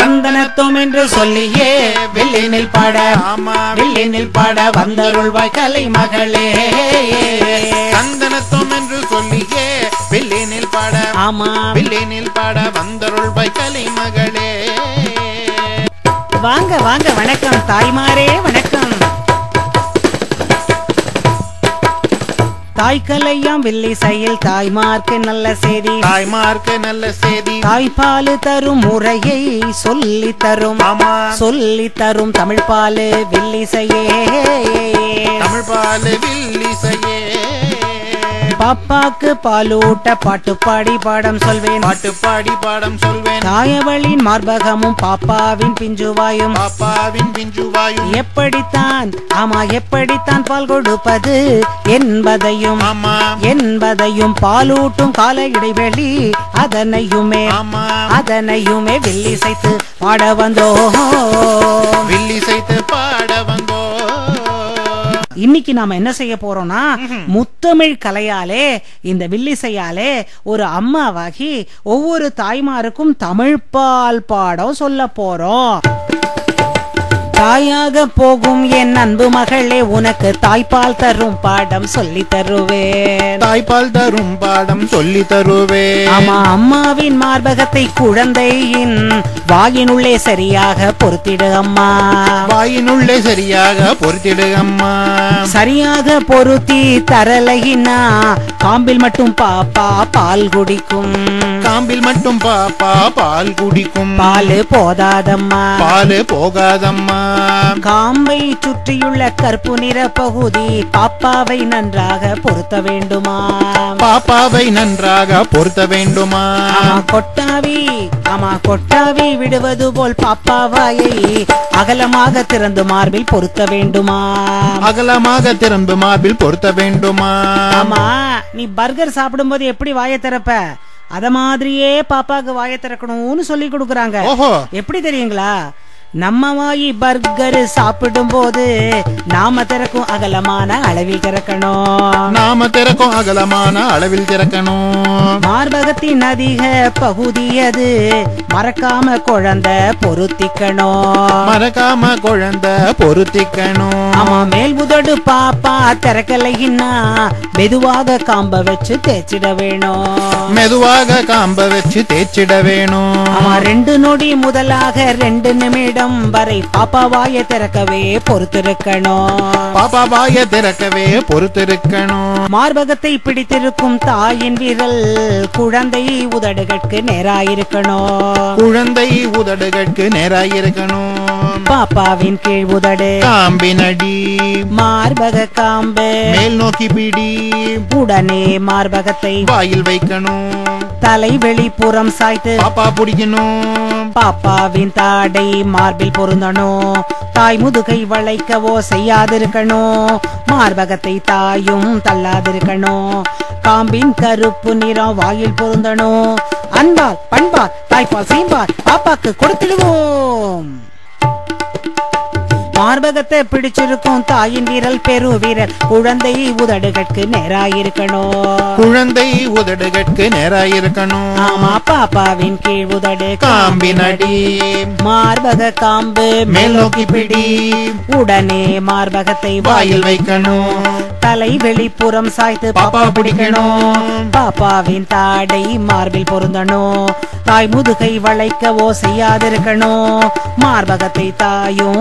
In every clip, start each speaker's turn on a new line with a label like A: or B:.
A: வந்தனத்தும் என்று சொல்லியே வில்லினில் பாட
B: ஆமா.
A: வில்லினில் பாட வந்தருள்வாய் கலை மகளே
B: சந்தனத்துவம் என்று சொல்லியே வில்லினில் பாட
A: ஆமா
B: வில்லினில் பாட வந்தருள்பை கலிமகளே
A: வாங்க வாங்க வணக்கம் தாய்மாரே வணக்கம் தாய்க்கலையாம் வில்லிசையில் தாய்மார்க்கு நல்ல செய்தி
B: தாய்மார்க்கு நல்ல செய்தி
A: தாய்ப்பால் தரும் முறையை சொல்லி தரும்
B: ஆமா
A: சொல்லி தரும் தமிழ் பாலு வில்லிசையே
B: தமிழ் பாலு வில்லிசையே
A: பாப்பாக்கு பாலூட்ட பாட்டு பாடி பாடம் சொல்வேன்
B: பாட்டு பாடி பாடம் சொல்வேன்
A: தாயவளின் மார்பகமும் பாப்பாவின் பிஞ்சுவாயும்
B: பாப்பாவின் பிஞ்சுவாயும்
A: எப்படித்தான் ஆமா எப்படித்தான் பால் கொடுப்பது என்பதையும்
B: ஆமா
A: என்பதையும் பாலூட்டும் கால இடைவெளி அதனையுமே
B: ஆமா
A: அதனையுமே வில்லிசைத்து பாட வந்தோம்
B: வில்லிசைத்து பாட வந்தோ
A: இன்னைக்கு நாம என்ன செய்ய போறோம்னா முத்தமிழ் கலையாலே இந்த வில்லிசையாலே ஒரு அம்மாவாகி ஒவ்வொரு தாய்மாருக்கும் தமிழ் பால் பாடம் சொல்ல போறோம் தாயாக போகும் என் அன்பு மகளே உனக்கு தாய்ப்பால் தரும் பாடம் சொல்லி தருவேன்
B: தாய்ப்பால் தரும் பாடம் சொல்லி தருவே
A: ஆமா அம்மாவின் மார்பகத்தை குழந்தையின் வாயினுள்ளே சரியாக பொருத்திடு அம்மா
B: வாயினுள்ளே சரியாக பொருத்திடு அம்மா
A: சரியாக பொருத்தி தரலகினா காம்பில் மட்டும் பாப்பா பால் குடிக்கும்
B: காம்பில் மட்டும் பாப்பா பால் குடிக்கும்
A: பால் போதாதம்மா
B: பால் போகாதம்மா
A: காம்பை சுற்றியுள்ள கருப்பு நிற பகுதி பாப்பாவை நன்றாக பொருத்த வேண்டுமா
B: பாப்பாவை நன்றாக பொருத்த வேண்டுமா
A: ஆமா கொட்டாவி ஆமா கொட்டாவி விடுவது போல் பாப்பாவாயை அகலமாக திறந்து மார்பில் பொருத்த வேண்டுமா
B: அகலமாக திரும்பு மார்பில் பொருத்த வேண்டுமா
A: ஆமா நீ பர்கர் சாப்பிடும்போது எப்படி வாயை திறப்ப அத மாதிரியே பாப்பாக்கு வாயை திறக்கணும்னு சொல்லி கொடுக்கறாங்க
B: ஓஹோ
A: எப்படி தெரியுங்களா நம்ம வாய் பர்கர் சாப்பிடும்போது நாம திறக்கும் அகலமான அளவில் திறக்கணும்
B: நாம திறக்கும் அகலமான அளவில் திறக்கணும்
A: மார்பகத்தின் அதிக பகுதி அது மறக்காம குழந்தை பொருத்திக்கணும்
B: மறக்காம குழந்தை பொருத்திக்கணும்
A: ஆமா மேல் உதடு பாப்பா திறக்கலைன்னா மெதுவாக காம்ப வச்சு தேய்ச்சிட வேணும்
B: மெதுவாக காம்ப வச்சு தேய்ச்சிட வேணும்
A: ஆமா ரெண்டு நொடி முதலாக ரெண்டு நிமிடம் வரை பாப்பா வாயை திறக்கவே பொறுத்திருக்கணும்
B: பாப்பா வாய திறக்கவே பொறுத்திருக்கணும்
A: மார்பகத்தை பிடித்திருக்கும் தாயின் விரல் குழந்தை உதடுகளுக்கு நேராயிருக்கணும்
B: குழந்தை உதடுகட்கு நேராயிருக்கணும்
A: பாப்பாவின் கீழ் உதடு
B: காம்பினடி
A: மார்பக காம்பு
B: மேல் நோக்கி பிடி
A: உடனே மார்பகத்தை
B: வாயில் வைக்கணும்
A: தலை வெளிப்புறம் சாய்த்து
B: பாப்பா பிடிக்கணும்
A: பாப்பாவின் தாடை மார்பில் பொருந்தணும் தாய் முதுகை வளைக்கவோ செய்யாதிருக்கணும் மார்பகத்தை தாயும் தள்ளாதிருக்கணும் காம்பின் கருப்பு நிறம் வாயில் பொருந்தணும் அன்பால் பண்பால் தாய்ப்பால் சீம்பால் பாப்பாக்கு கொடுத்துடுவோம் மார்பகத்தை பிடிச்சிருக்கும் தாயின் வீரல் பெரு வீரல் குழந்தை உதடுகட்கு நேராயிருக்கணும்
B: குழந்தை உதடுகட்கு நேராயிருக்கணும்
A: ஆமா பாப்பாவின் கீழ் உதடு
B: காம்பினடி
A: மார்பக காம்பு
B: மேல் நோக்கி பிடி
A: உடனே மார்பகத்தை வாயில்
B: வாயில் வைக்கணும்
A: தலை வெளிப்புறம் சாய்த்து
B: பாப்பா
A: பாப்பா
B: பிடிக்கணும்
A: பாப்பாவின் தாடை மார்பில் பொருந்தணும் தாய் முதுகை வளைக்கவோ செய்யாதிருக்கணும் மார்பகத்தை தாயும்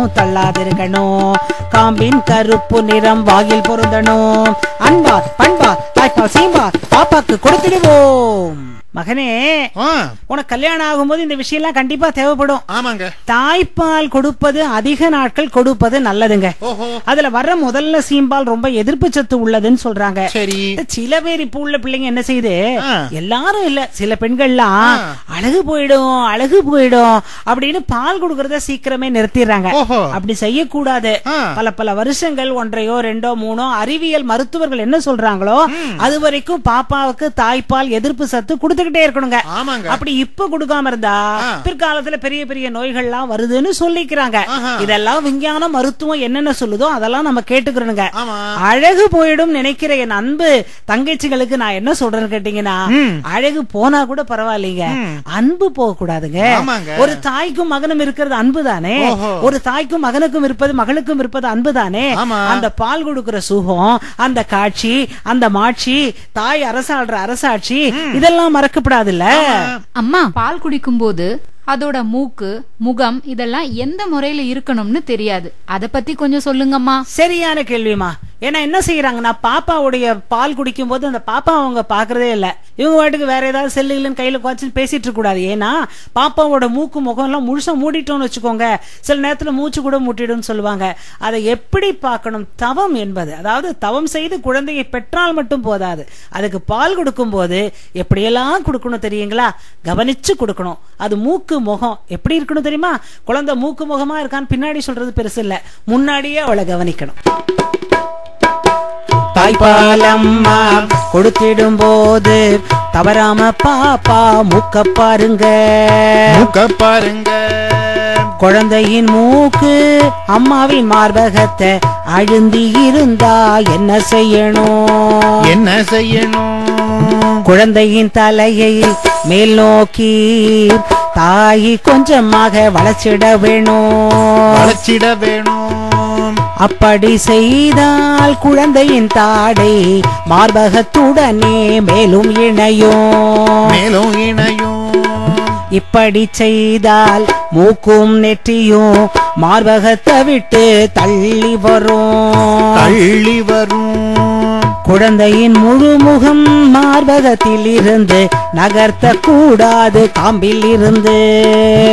A: தள்ளாதிருக்கணும் காம்பின் கருப்பு நிறம் வாயில் பொருந்தணும் அன்பார் பண்பார் தாய்ப்பால் சீம்பார் பாப்பாக்கு கொடுத்துடுவோம் மகனே
B: ஆ,
A: உனக்கு கல்யாணம் ஆகும்போது இந்த விஷயம்லாம் கண்டிப்பா தேவைப்படும்
B: ஆமாங்க
A: தாய்ப்பால் கொடுப்பது அதிக நாட்கள் கொடுப்பது நல்லதுங்க
B: ஓஹோ
A: அதுல வர்ற முதல்ல சீம்பால் ரொம்ப எதிர்ப்பு சத்து உள்ளதுன்னு சொல்றாங்க
B: சரி
A: சில பேர் இப்ப உள்ள பிள்ளைங்க என்ன செய்யுது
B: ஆ.
A: எல்லாரும் இல்ல சில பெண்கள்லாம்
B: ஆ.
A: அழகு போயிடும் அழகு போயிடும் அப்படின்னு பால் கொடுக்கறத சீக்கிரமே நிறுத்திடுறாங்க
B: ஓஹோ.
A: அப்படி செய்யக்கூடாது
B: ஆ.
A: பல பல வருஷங்கள் ஒன்றையோ ரெண்டோ மூணோ அறிவியல் மருத்துவர்கள் என்ன சொல்றாங்களோ அது வரைக்கும் பாப்பாவுக்கு தாய்ப்பால் எதிர்ப்பு சத்து கொடுத்துட கொடுத்துக்கிட்டே இருக்கணுங்க
B: ஆமாங்க
A: அப்படி இப்ப கொடுக்காம இருந்தா
B: ஆ.
A: பிற்காலத்துல பெரிய பெரிய நோய்கள்லாம் வருதுன்னு சொல்லிக்கிறாங்க
B: ஆஹா.
A: இதெல்லாம் விஞ்ஞான மருத்துவம் என்னென்ன சொல்லுதோ அதெல்லாம் நம்ம கேட்டுக்கிறோங்க
B: ஆமா
A: அழகு போயிடும் நினைக்கிற என் அன்பு தங்கச்சிகளுக்கு நான் என்ன சொல்றேன்னு கேட்டீங்கன்னா
B: ம்.
A: அழகு போனா கூட பரவாயில்லைங்க
B: ம்.
A: அன்பு போக கூடாதுங்க
B: ஆமாங்க.
A: ஒரு தாய்க்கும் மகனும் இருக்கிறது அன்பு தானே
B: ஓஹோ.
A: ஒரு தாய்க்கும் மகனுக்கும் இருப்பது மகளுக்கும் இருப்பது அன்பு தானே
B: ஆமா.
A: அந்த பால் கொடுக்கிற சுகம் அந்த காட்சி அந்த மாட்சி தாய் அரசாடுற அரசாட்சி இதெல்லாம் மறக்கப்படாதுல்ல
C: அம்மா பால் குடிக்கும்போது அதோட மூக்கு முகம் இதெல்லாம் எந்த முறையில இருக்கணும்னு தெரியாது அத பத்தி கொஞ்சம் சொல்லுங்கம்மா
A: சரியான கேள்விமா ஏன்னா என்ன செய்யறாங்கன்னா பாப்பாவுடைய பால் குடிக்கும் போது அந்த பாப்பா அவங்க பாக்குறதே இல்ல இவங்க வாட்டுக்கு வேற ஏதாவது செல்லுகளும் கையில குவாச்சு பேசிட்டு இருக்க கூடாது ஏன்னா பாப்பாவோட மூக்கு முகம் எல்லாம் முழுசா மூடிட்டோம்னு வச்சுக்கோங்க சில நேரத்துல மூச்சு கூட மூட்டிடும்னு சொல்லுவாங்க அதை எப்படி பார்க்கணும் தவம் என்பது அதாவது தவம் செய்து குழந்தையை பெற்றால் மட்டும் போதாது அதுக்கு பால் கொடுக்கும்போது எப்படியெல்லாம் கொடுக்கணும் தெரியுங்களா கவனிச்சு கொடுக்கணும் அது மூக்கு முகம் எப்படி இருக்கணும் தெரியுமா குழந்தை மூக்கு முகமா இருக்கான்னு பின்னாடி சொல்றது பெருசு இல்ல முன்னாடியே அவளை கவனிக்கணும் தாய்ப்பாலம்மா கொடுத்திடும் போது தவறாம பாப்பா மூக்க பாருங்க
B: மூக்க பாருங்க
A: குழந்தையின் மூக்கு அம்மாவின் மார்பகத்தை அழுந்தி இருந்தா என்ன செய்யணும்
B: என்ன செய்யணும்
A: குழந்தையின் தலையை மேல் நோக்கி தாய் கொஞ்சமாக வளர்ச்சிட வேணும்
B: வளர்ச்சிட வேணும்
A: அப்படி செய்தால் குழந்தையின் தாடை மார்பகத்துடனே மேலும் இணையும்
B: மேலும் இணையும்
A: இப்படி செய்தால் மூக்கும் நெற்றியும் மார்பகத்தை விட்டு தள்ளி வரும்
B: தள்ளி வரும்
A: குழந்தையின் முழு முகம் மார்பகத்தில் இருந்து நகர்த்த கூடாது காம்பில் இருந்து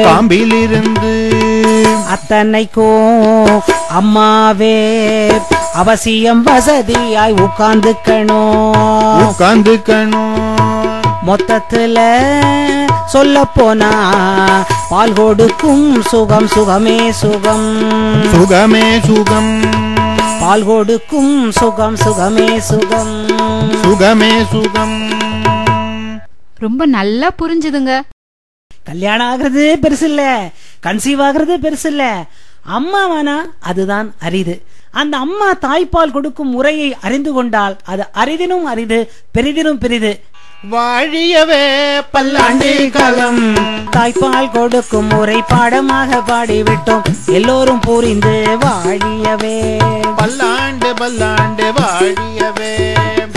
B: காம்பிலிருந்து
A: அத்தனைக்கும் அம்மாவே அவசியம் வசதியாய் உட்கார்ந்துக்கணும்
B: உட்கார்ந்துக்கணும்
A: மொத்தத்துல சொல்ல போனா பால் கொடுக்கும் சுகம் சுகமே சுகம்
B: சுகமே சுகம்
A: பால் கொடுக்கும் சுகம் சுகமே சுகம்
B: சுகமே சுகம்
C: ரொம்ப நல்லா புரிஞ்சுதுங்க
A: கல்யாணம் ஆகிறது பெருசு இல்ல கன்சீவ் ஆகிறது பெருசு இல்ல அம்மாவானா அதுதான் அரிது அந்த அம்மா தாய்ப்பால் கொடுக்கும் முறையை அறிந்து கொண்டால் அது அரிதினும் அரிது பெரிதினும் பெரிது
B: வாழியவே பல்லாண்டில் காலம்
A: தாய்ப்பால் கொடுக்கும் முறை பாடமாக பாடிவிட்டோம் எல்லோரும் புரிந்து வாழியவே
B: பல்லாண்டு பல்லாண்டு வாழியவே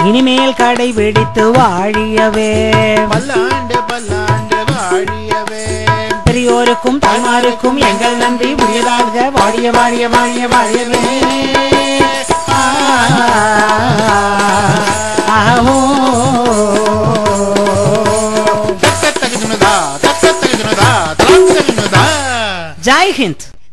A: இனிமேல் கடைபிடித்து வாழியவே
B: பல்லாண்டு பல்லாண்டு வாழியவே
A: பெரியோருக்கும் தாய்மாருக்கும் எங்கள் நன்றி உரியதாக வாழிய வாழிய வாழிய வாழியவே ஆஹோ.
B: தக்க தகுதுனதா தக்க தகுதுனதா தக்க தகுதுனதா
A: ஜெய் ஹிந்த்